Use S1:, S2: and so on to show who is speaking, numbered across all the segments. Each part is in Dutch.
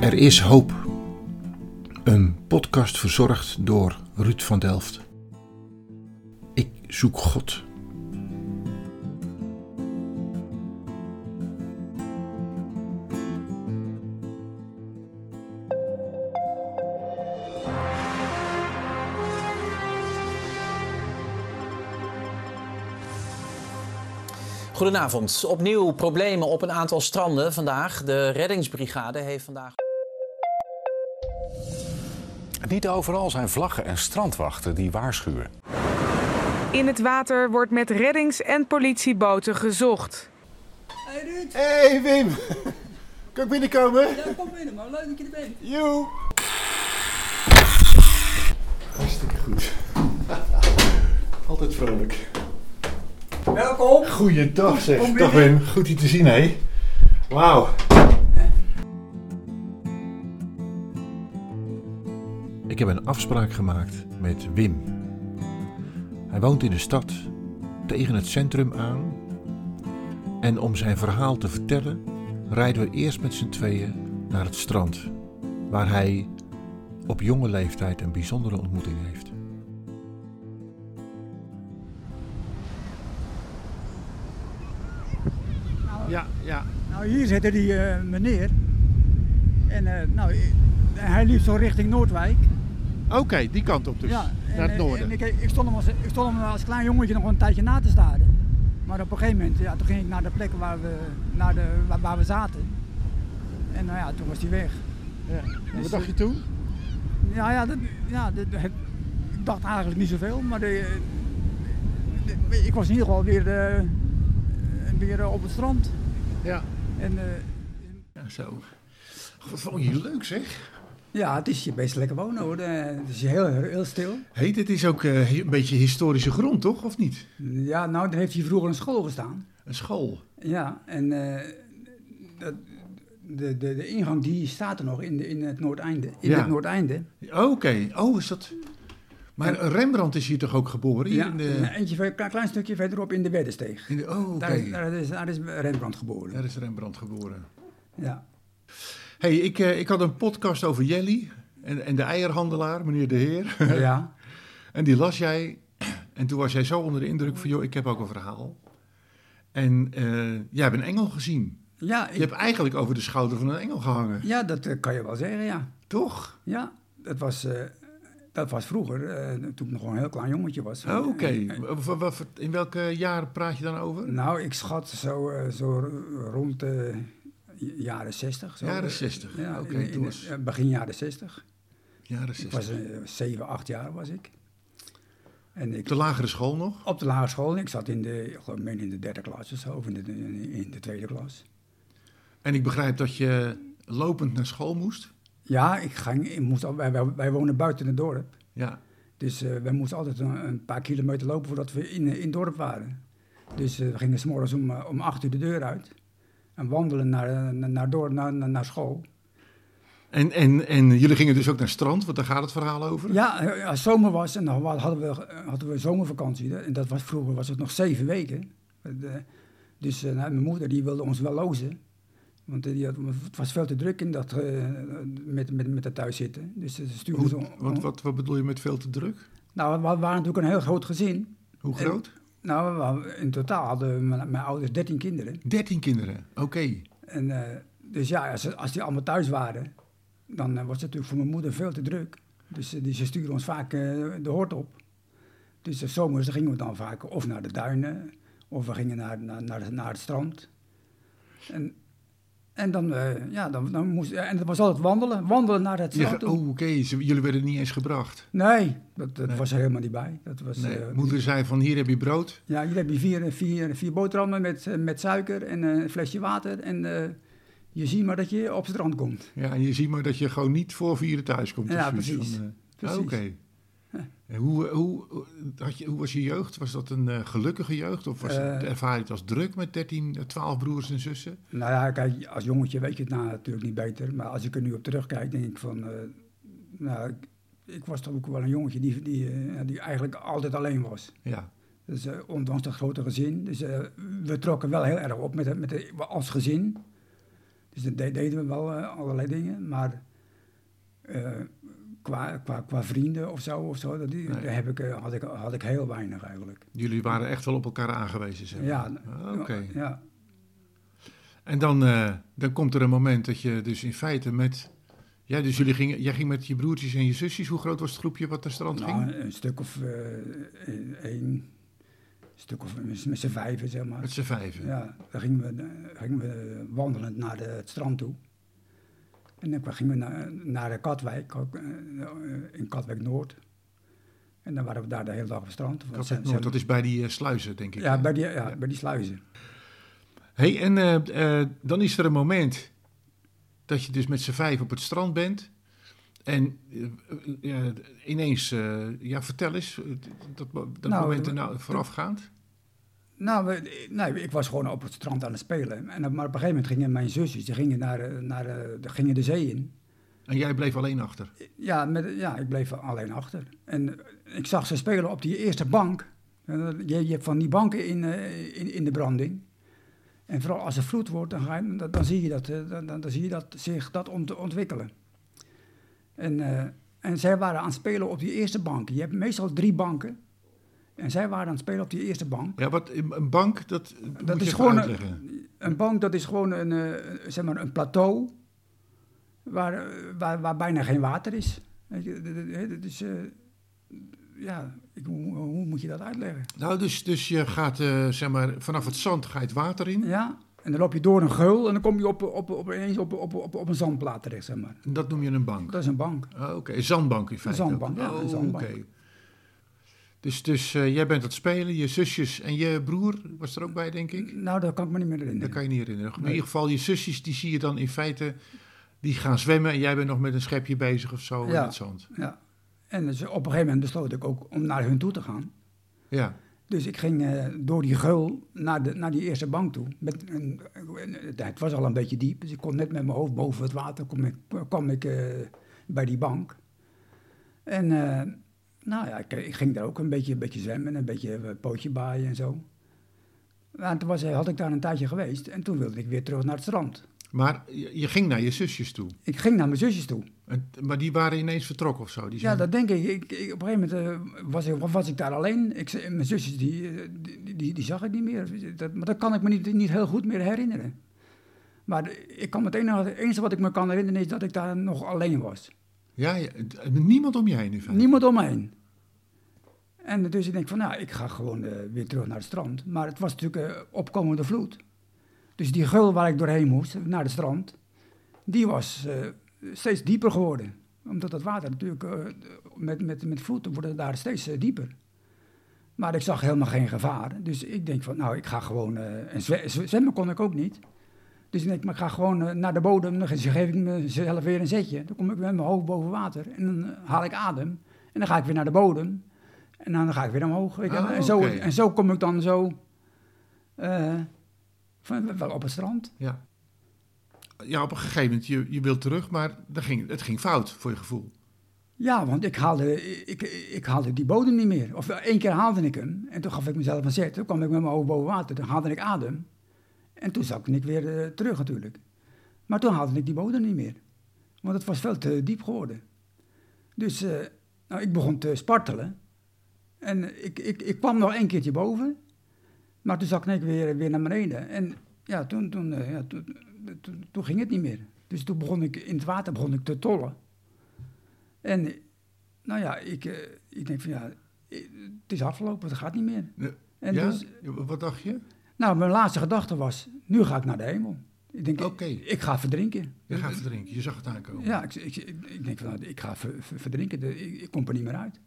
S1: Er is hoop. Een podcast verzorgd door Ruud van Delft. Ik zoek God.
S2: Goedenavond. Opnieuw problemen op een aantal stranden vandaag. De reddingsbrigade heeft vandaag.
S3: Niet overal zijn vlaggen en strandwachten die waarschuwen.
S4: In het water wordt met reddings- en politieboten gezocht.
S5: Hey Ruud,
S6: Hey Wim, kan ik binnenkomen?
S5: ja, kom binnen man, leuk dat je er bent.
S6: Joe! Hartstikke goed. Altijd vrolijk.
S5: Welkom.
S6: Goeiedag zeg.
S5: Kom
S6: Dag Wim, goed je te zien hé. Wauw.
S1: Ik heb een afspraak gemaakt met Wim. Hij woont in de stad, tegen het centrum aan. En om zijn verhaal te vertellen, rijden we eerst met z'n tweeën naar het strand, waar hij op jonge leeftijd een bijzondere ontmoeting heeft.
S6: Ja, ja.
S7: Nou, hier zitten die eh, meneer. En eh, nou, ik- hij liep zo richting Noordwijk.
S6: Oké, die kant op dus.
S7: en,
S6: naar het
S7: eh,
S6: noorden.
S7: En ik, ik, stond hem als, ik stond hem als klein jongetje nog een tijdje na te staren. Maar op een gegeven moment, ja, toen ging ik naar de plek waar we, naar de, waar, waar we zaten. En nou ja, toen was hij weg.
S6: Ja. En Wat
S7: Dus, eh,
S6: dacht je toen?
S7: Ja, ja, dat, ja dat, het- ik dacht eigenlijk niet zoveel, maar de, de- ik was in ieder geval weer, eh, weer eh, op het strand.
S6: Ja.
S7: En, eh,
S6: zo. Wat vond je hier leuk zeg?
S7: ja, het is je best lekker wonen hoor. Eh, Het is heel, heel stil.
S6: hey, dit is ook eh, een beetje historische grond toch, of niet?
S7: Ja, nou, daar heeft hier vroeger een school gestaan.
S6: Een school.
S7: Ja, en eh, dat, de, de, de ingang die staat er nog in, de, in het Noordeinde. In
S6: Ja.
S7: het Noordeinde.
S6: Oké, oh is dat... Maar Rembrandt is hier toch ook geboren? Hier
S7: Ja,
S6: in
S7: een
S6: de...
S7: eentje, ver- klein stukje verderop in de Weddensteeg.
S6: In de... Oh, oké.
S7: Daar, is- daar, is, daar is Rembrandt geboren.
S6: Daar is Rembrandt geboren.
S7: Ja.
S6: Hey, ik, eh, ik had een podcast over Jelly en, en de eierhandelaar, meneer de Heer.
S7: Ja. ja.
S6: En die las jij. En toen was jij zo onder de indruk van, joh, ik heb ook een verhaal. En eh, jij hebt een engel gezien.
S7: ik-
S6: Je hebt eigenlijk over de schouder van een engel gehangen,
S7: ja, dat eh, kan je wel zeggen, ja.
S6: toch?
S7: Ja, dat was, eh, dat was vroeger, eh, toen ik nog een heel klein jongetje was.
S6: Oh, Oké.
S7: En- en-
S6: Wa- wa- wa- In welke jaren praat je dan over?
S7: nou, ik schat zo, eh, zo rond de jaren zestig. zo.
S6: Jaren 60.
S7: Ja,
S6: Oké,
S7: in- in-
S6: toen was-
S7: eh, begin jaren 60.
S6: Jaren
S7: Ik was
S6: 60.
S7: eh, 7, 8 jaar was ik. En
S6: Op
S7: ik
S6: de lagere school nog?
S7: op de lagere school, ik zat in de, ik geloof, ik meen in de derde klas of zo, of in de, in de tweede klas.
S6: En ik begrijp dat je lopend naar school moest.
S7: Ja, ik ging, ik moest al, wij, wij- wij wonen buiten het dorp.
S6: Ja.
S7: Dus eh, wij moesten altijd een, een paar kilometer lopen voordat we in, in het dorp waren. Dus eh, we gingen s'morgens om, eh, om 8 uur de deur uit. En wandelen naar, eh, naar, naar, dorp, naar, naar, naar school.
S6: En, en, en jullie gingen dus ook naar het strand, want daar gaat het verhaal over.
S7: Ja, eh, als zomer was en dan hadden we, eh, hadden we zomervakantie. En dat was vroeger was het nog zeven weken. Eh, De- Dus eh, nou, mijn moeder die wilde ons wel lozen. Want eh, die had, het was veel te druk in dat, eh, met, met, met het thuiszitten. Dus ze stuurde
S6: Hoe-
S7: ze...
S6: wat, wat, wat bedoel je met veel te druk?
S7: Nou, we waren natuurlijk een heel groot gezin.
S6: Hoe
S7: En-
S6: groot?
S7: Nou, we hadden- in totaal hadden mijn, mijn ouders dertien kinderen.
S6: 13 kinderen. Oké.
S7: En, eh, dus ja, als, ze- als die allemaal thuis waren, dan eh, was het natuurlijk voor mijn moeder veel te druk. Dus eh, die, ze stuurde ons vaak eh, de hort op. Dus de zomers gingen we dan vaak of naar de duinen, of we gingen naar, naar, naar, naar het strand. En, en dan, eh, ja, dan, dan moest, en dat was altijd wandelen, wandelen naar het
S6: Je
S7: strand
S6: ge-
S7: toe.
S6: oh, oké. ze- Jullie werden niet eens gebracht.
S7: Nee, dat, dat was er helemaal niet bij. Dat was,
S6: Nee.
S7: eh,
S6: Moeder zei van, hier heb je brood.
S7: Ja, hier heb je vier, eh, vier, vier boterhammen met, eh, met suiker en eh, een flesje water. En eh, je ziet maar dat je op het strand komt.
S6: Ja, en je ziet maar dat je gewoon niet voor vieren thuis komt.
S7: Ja,
S6: of zoiets
S7: precies.
S6: van, eh,
S7: Precies.
S6: Oké. En Hoe, eh, hoe, hoe- had je, hoe was je jeugd? Was dat een eh, gelukkige jeugd? Of was het,
S7: Eh.
S6: ervaar je het als druk met 13, eh, 12 broers en zussen?
S7: Nou ja, kijk, als jongetje weet je het nou natuurlijk niet beter. Maar als ik er nu op terugkijk, denk ik van... eh, nou, ik, ik was toch ook wel een jongetje die, die, eh, die eigenlijk altijd alleen was.
S6: Ja.
S7: Dus eh, ondanks dat grote gezin. Dus eh, we trokken wel heel erg op met, het- met het- als gezin. Dus dan de- deden we wel eh, allerlei dingen, maar eh, qua, qua, qua vrienden of zo, of zo dat, die-
S6: Nee.
S7: daar heb ik, eh, had, ik, had ik heel weinig eigenlijk.
S6: Jullie waren echt wel op elkaar aangewezen, zeg maar.
S7: Ja,
S6: Ah, Oké.
S7: ja,
S6: En dan, eh, dan komt er een moment dat je dus in feite met... Ja, dus jullie gingen, jij ging met je broertjes en je zusjes. Hoe groot was het groepje wat naar strand
S7: nou,
S6: ging?
S7: een, een stuk of eh één, stuk of met z'n- met z'n vijven, zeg maar.
S6: Met z'n vijven.
S7: Ja, dan gingen we, eh, gingen we wandelend naar de, het strand toe. En dan gingen we naar, naar de Katwijk, ook, eh, in Katwijk Noord. En dan waren we daar de hele dag op het strand. Want
S6: Katwijk
S7: ze- ze
S6: Noord, dat
S7: hebben-
S6: is bij die eh, sluizen, denk ik.
S7: ja,
S6: hè?
S7: bij die, ja, bij die sluizen.
S6: Hey, en eh, eh, dan is er een moment dat je dus met z'n vijf op het strand bent. En eh, eh, eh, ineens, eh, ja, vertel eens, eh, dat, mo- dat
S7: Nou,
S6: moment
S7: eh,
S6: erna- voorafgaand.
S7: Nou, we, nee, ik was gewoon op het strand aan het spelen. En, dan- maar op een gegeven moment gingen mijn zusjes die gingen naar, eh, naar, eh, de- gingen de zee in.
S6: En jij bleef alleen achter.
S7: Ja, met, ja, ik bleef alleen achter. En eh, ik zag ze spelen op die eerste bank. En Je, je hebt van die banken in, eh, in, in de branding. En vooral als er vloed wordt, dan, ga je, dan, dan zie je dat, eh, dan, dan, dan zie je dat zich dat ont- ontwikkelen. En, eh, en zij waren aan het spelen op die eerste bank. Je hebt meestal drie banken. En zij waren aan het spelen op die eerste bank.
S6: Ja, wat, een een bank, dat, eh, moet je
S7: is
S6: even
S7: gewoon een-
S6: uitleggen.
S7: Een bank, dat is gewoon een, eh, zeg maar een plateau waar, eh, waar, waar bijna geen water is. Weet je, dat- dat- dat is, eh, ja, ik, hoe, hoe moet je dat uitleggen?
S6: Nou, dus, dus je gaat, eh, zeg maar, vanaf het zand ga je het water in.
S7: Ja, en dan loop je door een geul en dan kom je op, op, op, ineens op, op, op, op een zandplaat terecht, zeg maar.
S6: En dat noem je een bank.
S7: Dat is een bank.
S6: Ah, Oké, een zandbank in feite. ook.
S7: zandbank, ja, een
S6: Oh,
S7: zandbank.
S6: oké. Dus, dus eh, jij bent aan het spelen, je zusjes en je broer was er ook bij, denk ik?
S7: Nou, dat kan ik me niet meer herinneren.
S6: Dat kan je niet herinneren. Maar In ieder geval, je zusjes, die zie je dan in feite, die gaan zwemmen en jij bent nog met een schepje bezig of zo in
S7: Ja.
S6: het zand.
S7: Ja. En dus op een gegeven moment besloot ik ook om naar hun toe te gaan.
S6: Ja,
S7: Dus ik ging eh, door die geul naar, de, naar die eerste bank toe. Met een, een- het was al een beetje diep, dus ik kon net met mijn hoofd boven het water, kom ik, kwam ik eh, bij die bank. En eh, nou ja, ik, ik ging daar ook een beetje, een beetje zwemmen, een beetje eh, pootje baaien en zo. Nou, toen was, had ik daar een tijdje geweest en toen wilde ik weer terug naar het strand.
S6: maar je, je ging naar je zusjes toe.
S7: Ik ging naar mijn zusjes toe.
S6: En, maar die waren ineens vertrokken of zo. Die
S7: Ja,
S6: zijn-
S7: dat denk ik. ik, ik- op een gegeven moment eh, was, ik, was ik daar alleen. Ik, ze- mijn zusjes, die, eh, die, die, die zag ik niet meer. Dat, maar dat kan ik me niet, niet heel goed meer herinneren. Maar ik kan me het enige, het enige wat ik me kan herinneren is dat ik daar nog alleen was.
S6: ja, ja, d- eh, niemand om je heen in feite.
S7: Niemand om me heen. En dus ik denk van, nou, ik ga gewoon eh, weer terug naar het strand. Maar het was natuurlijk eh, opkomende vloed. Dus die geul waar ik doorheen moest, naar het strand, die was eh, steeds dieper geworden. Omdat dat water natuurlijk, eh, met, met, met vloed wordt het daar steeds eh, dieper. Maar ik zag helemaal geen gevaar. Dus ik denk van, nou, ik ga gewoon... eh, en zwe- zwe- zwemmen kon ik ook niet. Dus ik denk, maar ik ga gewoon eh, naar de bodem. Dan ge- geef ik mezelf weer een zetje. Dan kom ik met mijn hoofd boven water. En dan eh, haal ik adem. En dan ga ik weer naar de bodem. En dan ga ik weer omhoog. Weet je.
S6: Ah,
S7: en, zo,
S6: oké.
S7: en zo kom ik dan zo... eh, van, wel op het strand.
S6: Ja. ja, op een gegeven moment, je, je wilt terug, maar dan ging, het ging fout voor je gevoel.
S7: Ja, want ik haalde, ik, ik haalde die bodem niet meer. Of eh, één keer haalde ik hem. En toen gaf ik mezelf een zet. Toen kwam ik met mijn hoofd boven water. Toen haalde ik adem. En toen zakte ik weer eh, terug natuurlijk. Maar toen haalde ik die bodem niet meer. Want het was veel te diep geworden. Dus eh, nou, ik begon te spartelen. En ik, ik, ik kwam nog één keertje boven. Maar toen zakte ik weer, weer naar beneden. En ja, toen, toen, eh, ja, toen, toen, toen ging het niet meer. Dus toen begon ik in het water begon ik te tollen. En nou ja, ik, eh, ik denk van ja, eh, het is afgelopen, het gaat niet meer.
S6: Ja.
S7: En
S6: ja?
S7: dus,
S6: Wat dacht je?
S7: nou, mijn laatste gedachte was, nu ga ik naar de hemel. Ik denk,
S6: Oké.
S7: ik, ik ga verdrinken.
S6: Je gaat verdrinken, je zag het aankomen.
S7: Ja, ik, ik, ik, ik denk van, nou, ik ga ver- ver- verdrinken, De- ik, ik kom er niet meer uit.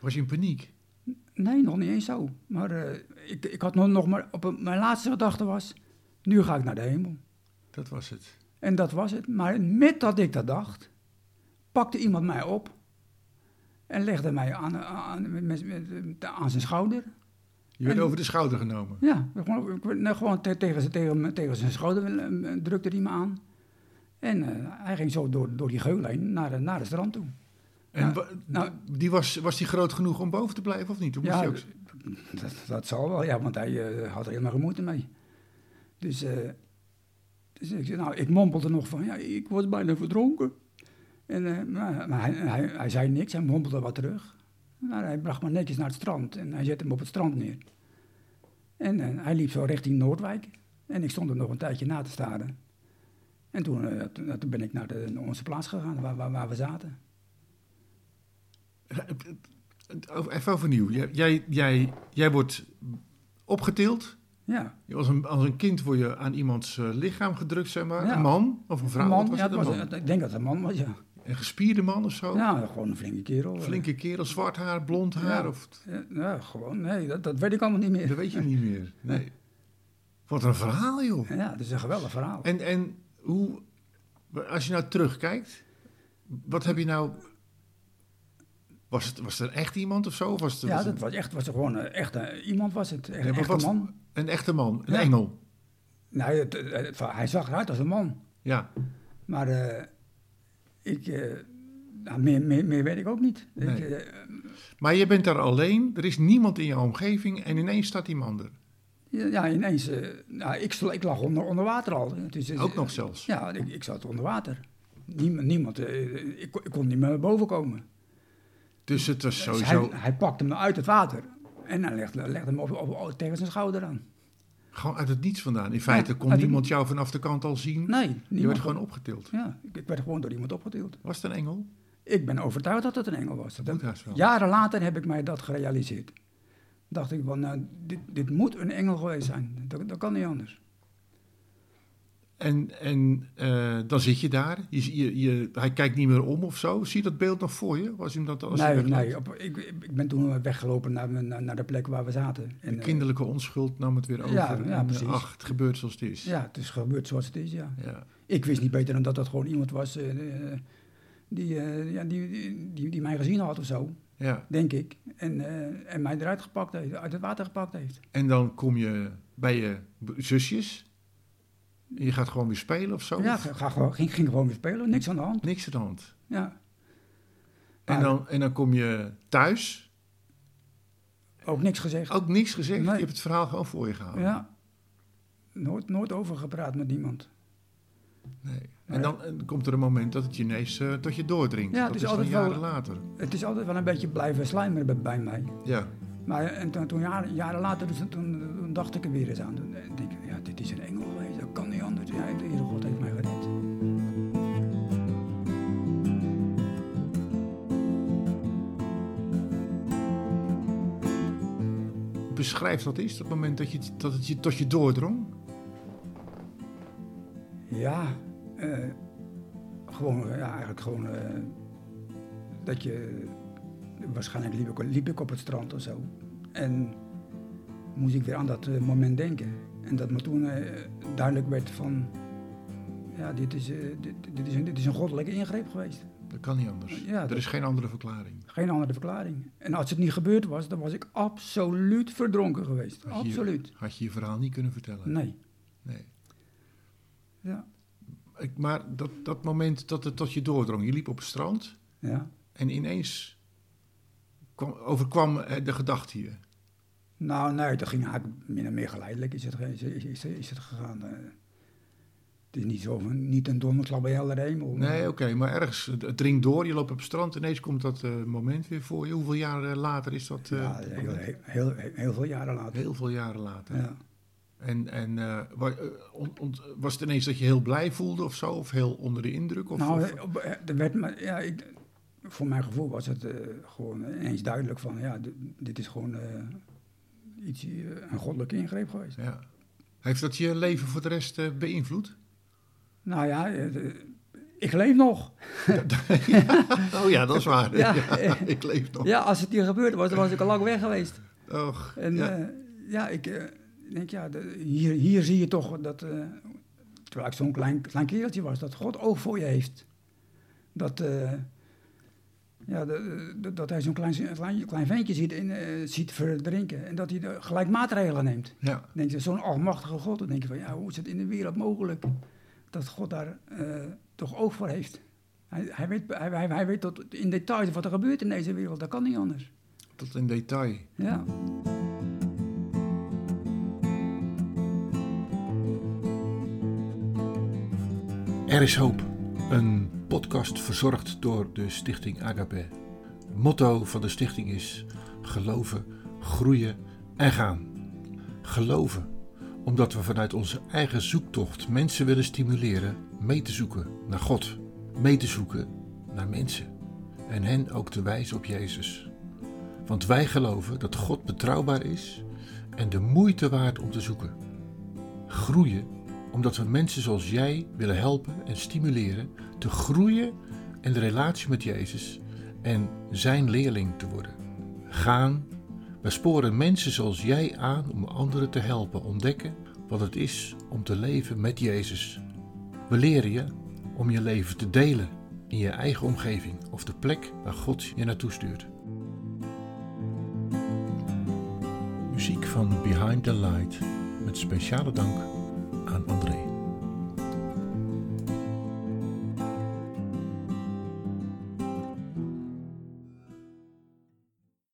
S6: Was je in paniek?
S7: Nee, nog niet eens zo. Maar eh, ik, ik had nog, nog maar, op een- mijn laatste gedachte was, nu ga ik naar de hemel.
S6: Dat was het.
S7: En dat was het. Maar met dat ik dat dacht, pakte iemand mij op en legde mij aan, aan, met- met- met- aan zijn schouder.
S6: Je werd
S7: En-
S6: over de schouder genomen.
S7: Ja, gewoon, ik- nou, gewoon te- tegen, zijn- tegen, mijn- tegen zijn schouder eh, drukte hij me aan. En eh, hij ging zo door, door die geul heen naar, de- naar het strand toe.
S6: En wa-
S7: nou-
S6: die was, was die groot genoeg om boven te blijven of niet? Toen moest
S7: Ja,
S6: je ook-
S7: Dat, dat zal wel, ja, want hij eh, had er helemaal geen moeite mee. Dus eh, Dus ik, zei, nou, ik mompelde nog van, ja, ik was bijna verdronken. En, eh, maar maar hij, hij, hij zei niks, hij mompelde wat terug. Maar hij bracht me netjes naar het strand en hij zette hem op het strand neer. En eh, hij liep zo richting Noordwijk. En ik stond hem nog een tijdje na te staren. En toen, eh, toen, toen ben ik naar, de, naar onze plaats gegaan, waar, waar, waar we zaten.
S6: Even overnieuw. Jij, jij, jij, jij wordt opgetild.
S7: Ja,
S6: Je- Als een, als een kind word je aan iemands eh, lichaam gedrukt, zeg maar.
S7: Ja.
S6: Een man of een vrouw.
S7: een
S6: Wat
S7: man,
S6: was
S7: ja,
S6: het,
S7: het was,
S6: een, man?
S7: ik denk dat het een man was, ja.
S6: een gespierde man of zo.
S7: Ja, gewoon een flinke kerel. eh.
S6: Flinke kerel, zwart haar, blond haar.
S7: Ja.
S6: Of,
S7: Ja, nou, gewoon, nee, dat, dat weet ik allemaal niet meer.
S6: dat weet je niet meer. Nee. Wat een verhaal, joh.
S7: Ja, dat is een geweldig verhaal.
S6: En, en hoe, als je nou terugkijkt, wat heb je nou. Was, het, was er echt iemand of zo? Of was het,
S7: ja,
S6: was
S7: dat
S6: het-
S7: was echt was er gewoon eh, echt, eh, iemand was het. Echt,
S6: Nee,
S7: een
S6: maar
S7: echte
S6: wat-
S7: man.
S6: Een echte man, een
S7: Ja.
S6: engel.
S7: Nee, het- eh, het- hij zag eruit als een man.
S6: Ja,
S7: Maar eh, ik, eh, nou, meer, meer, meer weet ik ook niet. Ik,
S6: Nee.
S7: eh,
S6: maar je bent daar alleen, er is niemand in je omgeving en ineens staat die man er.
S7: ja, ineens, eh, nou, ik, sl- ik lag onder, onder water al. Dus, eh,
S6: Ook nog zelfs.
S7: Ja, ik, ik zat onder water. Niemand, niemand eh, ik, kon- ik kon niet meer naar boven komen.
S6: Dus het was
S7: Dus
S6: sowieso
S7: hij, hij pakte me uit het water en hij legde, legde me op, op- op- tegen zijn schouder aan.
S6: gewoon uit het niets vandaan. In feite kon
S7: uit het-
S6: niemand jou vanaf de kant al zien.
S7: Nee,
S6: je
S7: niemand
S6: werd gewoon opgetild.
S7: Ja, ik, ik werd gewoon door iemand opgetild.
S6: Was het een engel?
S7: Ik ben overtuigd dat het een engel was.
S6: moet haast wel.
S7: jaren later heb ik mij dat gerealiseerd. Dacht ik, van, nou, dit, dit moet een engel geweest zijn. Dat, dat kan niet anders.
S6: En, en eh, dan zit je daar. Je, je, je- hij kijkt niet meer om of zo. Zie je dat beeld nog voor je? Was hem dat als hij
S7: nee,
S6: wegloopt?
S7: nee. op- ik, ik ben toen weggelopen naar, mijn- naar, naar de plek waar we zaten. En,
S6: De
S7: eh,
S6: kinderlijke onschuld nam het weer over.
S7: ja,
S6: en,
S7: ja,
S6: eh,
S7: precies.
S6: Ach, het gebeurt zoals het is.
S7: ja, het is gebeurd zoals het is, ja.
S6: Ja.
S7: Ik wist niet beter dan dat dat gewoon iemand was eh, eh, die, eh, ja, die, die, die, die mij gezien had of zo,
S6: Ja.
S7: denk ik. En, eh, en mij eruit gepakt heeft, uit het water gepakt heeft.
S6: En dan kom je bij je b- zusjes. En je gaat gewoon weer spelen of zo.
S7: Ja, ga, ga gewoon, ging, ging gewoon weer spelen, niks aan de hand.
S6: Niks aan de hand.
S7: Ja,
S6: En
S7: Maar-
S6: dan, en dan kom je thuis.
S7: ook niks gezegd.
S6: Ook niks gezegd.
S7: Nee.
S6: Je hebt het verhaal gewoon voor je gehouden.
S7: Ja, nooit, nooit over gepraat met niemand.
S6: Nee. En dan en komt er een moment dat het je ineens eh, tot je doordringt.
S7: Ja, het
S6: dat
S7: is
S6: is dan
S7: altijd wel-
S6: jaren later.
S7: Het is altijd wel een beetje blijven slijmeren bij, bij mij.
S6: Ja.
S7: Maar eh, en toen, toen jaren, jaren later, dus, toen, toen dacht ik er weer eens aan. Toen eh, denk ik, ja, dit is een engel geweest, dat kan niet anders. Ja, de Heere God heeft mij gered.
S6: Beschrijf dat eens, dat moment dat, je, dat het je tot je doordrong.
S7: Ja, eh, gewoon, eh, ja, eigenlijk gewoon eh, dat je, waarschijnlijk liep ik, liep ik op het strand of zo. En moest ik weer aan dat eh, moment denken. En dat me toen eh, duidelijk werd van, ja, dit is, eh, dit, dit, is een, dit is een goddelijke ingreep geweest.
S6: Dat kan niet anders.
S7: Ja,
S6: er
S7: dat-
S6: is geen andere verklaring.
S7: Geen andere verklaring. En als het niet gebeurd was, dan was ik absoluut verdronken geweest.
S6: Had je-
S7: Absoluut.
S6: Had je je verhaal niet kunnen vertellen.
S7: Nee.
S6: Nee.
S7: Ja.
S6: Ik, maar dat, dat moment dat het tot je doordrong. Je liep op het strand
S7: Ja.
S6: en ineens kwam, overkwam eh, de gedachte je.
S7: Nou, nee, dat ging eigenlijk min of meer geleidelijk is het, ge- is, is, is, is het gegaan. eh. het is niet zo van, niet een donderklap bij helder hemel.
S6: Nee, oké, maar ergens, het, het dringt door. Je loopt op het strand, ineens komt dat eh, moment weer voor je. Hoeveel jaar eh, later is dat? eh,
S7: ja, heel, heel, heel, heel veel jaren later.
S6: heel veel jaren later.
S7: Ja.
S6: En, en eh, wa- eh, ont- ont- was het ineens dat je heel blij voelde of zo? Of heel onder de indruk? Of,
S7: nou,
S6: of-
S7: eh, op- eh, er werd me, ja, ik, voor mijn gevoel was het eh, gewoon ineens duidelijk van, ja, dit, dit is gewoon eh, iets, eh, een goddelijke ingreep geweest.
S6: ja. Heeft dat je leven voor de rest eh, beïnvloed?
S7: Nou ja, eh, de- ik leef nog.
S6: Oh ja, dat is waar.
S7: Ja.
S6: ik leef nog.
S7: Ja, als het hier gebeurd was, dan was ik al lang weg geweest.
S6: Och,
S7: En
S6: ja.
S7: ja, ja ik eh, denk, ja, de- hier, hier zie je toch dat, eh, terwijl ik zo'n klein, klein kereltje was, dat God oog voor je heeft. Dat, eh, ja, de- de- dat hij zo'n klein, klein, klein ventje ziet, in, eh, ziet verdrinken en dat hij er gelijk maatregelen neemt.
S6: ja.
S7: Dan denk je, zo'n almachtige God, dan denk je van, ja, hoe is het in de wereld mogelijk dat God daar eh, toch oog voor heeft? Hij, hij, weet, hij, hij, hij weet tot in details wat er gebeurt in deze wereld, dat kan niet anders.
S6: Tot in detail.
S7: Ja.
S1: Er is hoop. Een podcast verzorgd door de Stichting Agape. Motto van de stichting is: geloven, groeien en gaan. Geloven, omdat we vanuit onze eigen zoektocht mensen willen stimuleren mee te zoeken naar God, mee te zoeken naar mensen en hen ook te wijzen op Jezus. Want wij geloven dat God betrouwbaar is en de moeite waard om te zoeken. Groeien omdat we mensen zoals jij willen helpen en stimuleren te groeien in de relatie met Jezus en zijn leerling te worden. Gaan, we sporen mensen zoals jij aan om anderen te helpen ontdekken wat het is om te leven met Jezus. We leren je om je leven te delen in je eigen omgeving of de plek waar God je naartoe stuurt. Muziek van Behind the Light met speciale dank aan André.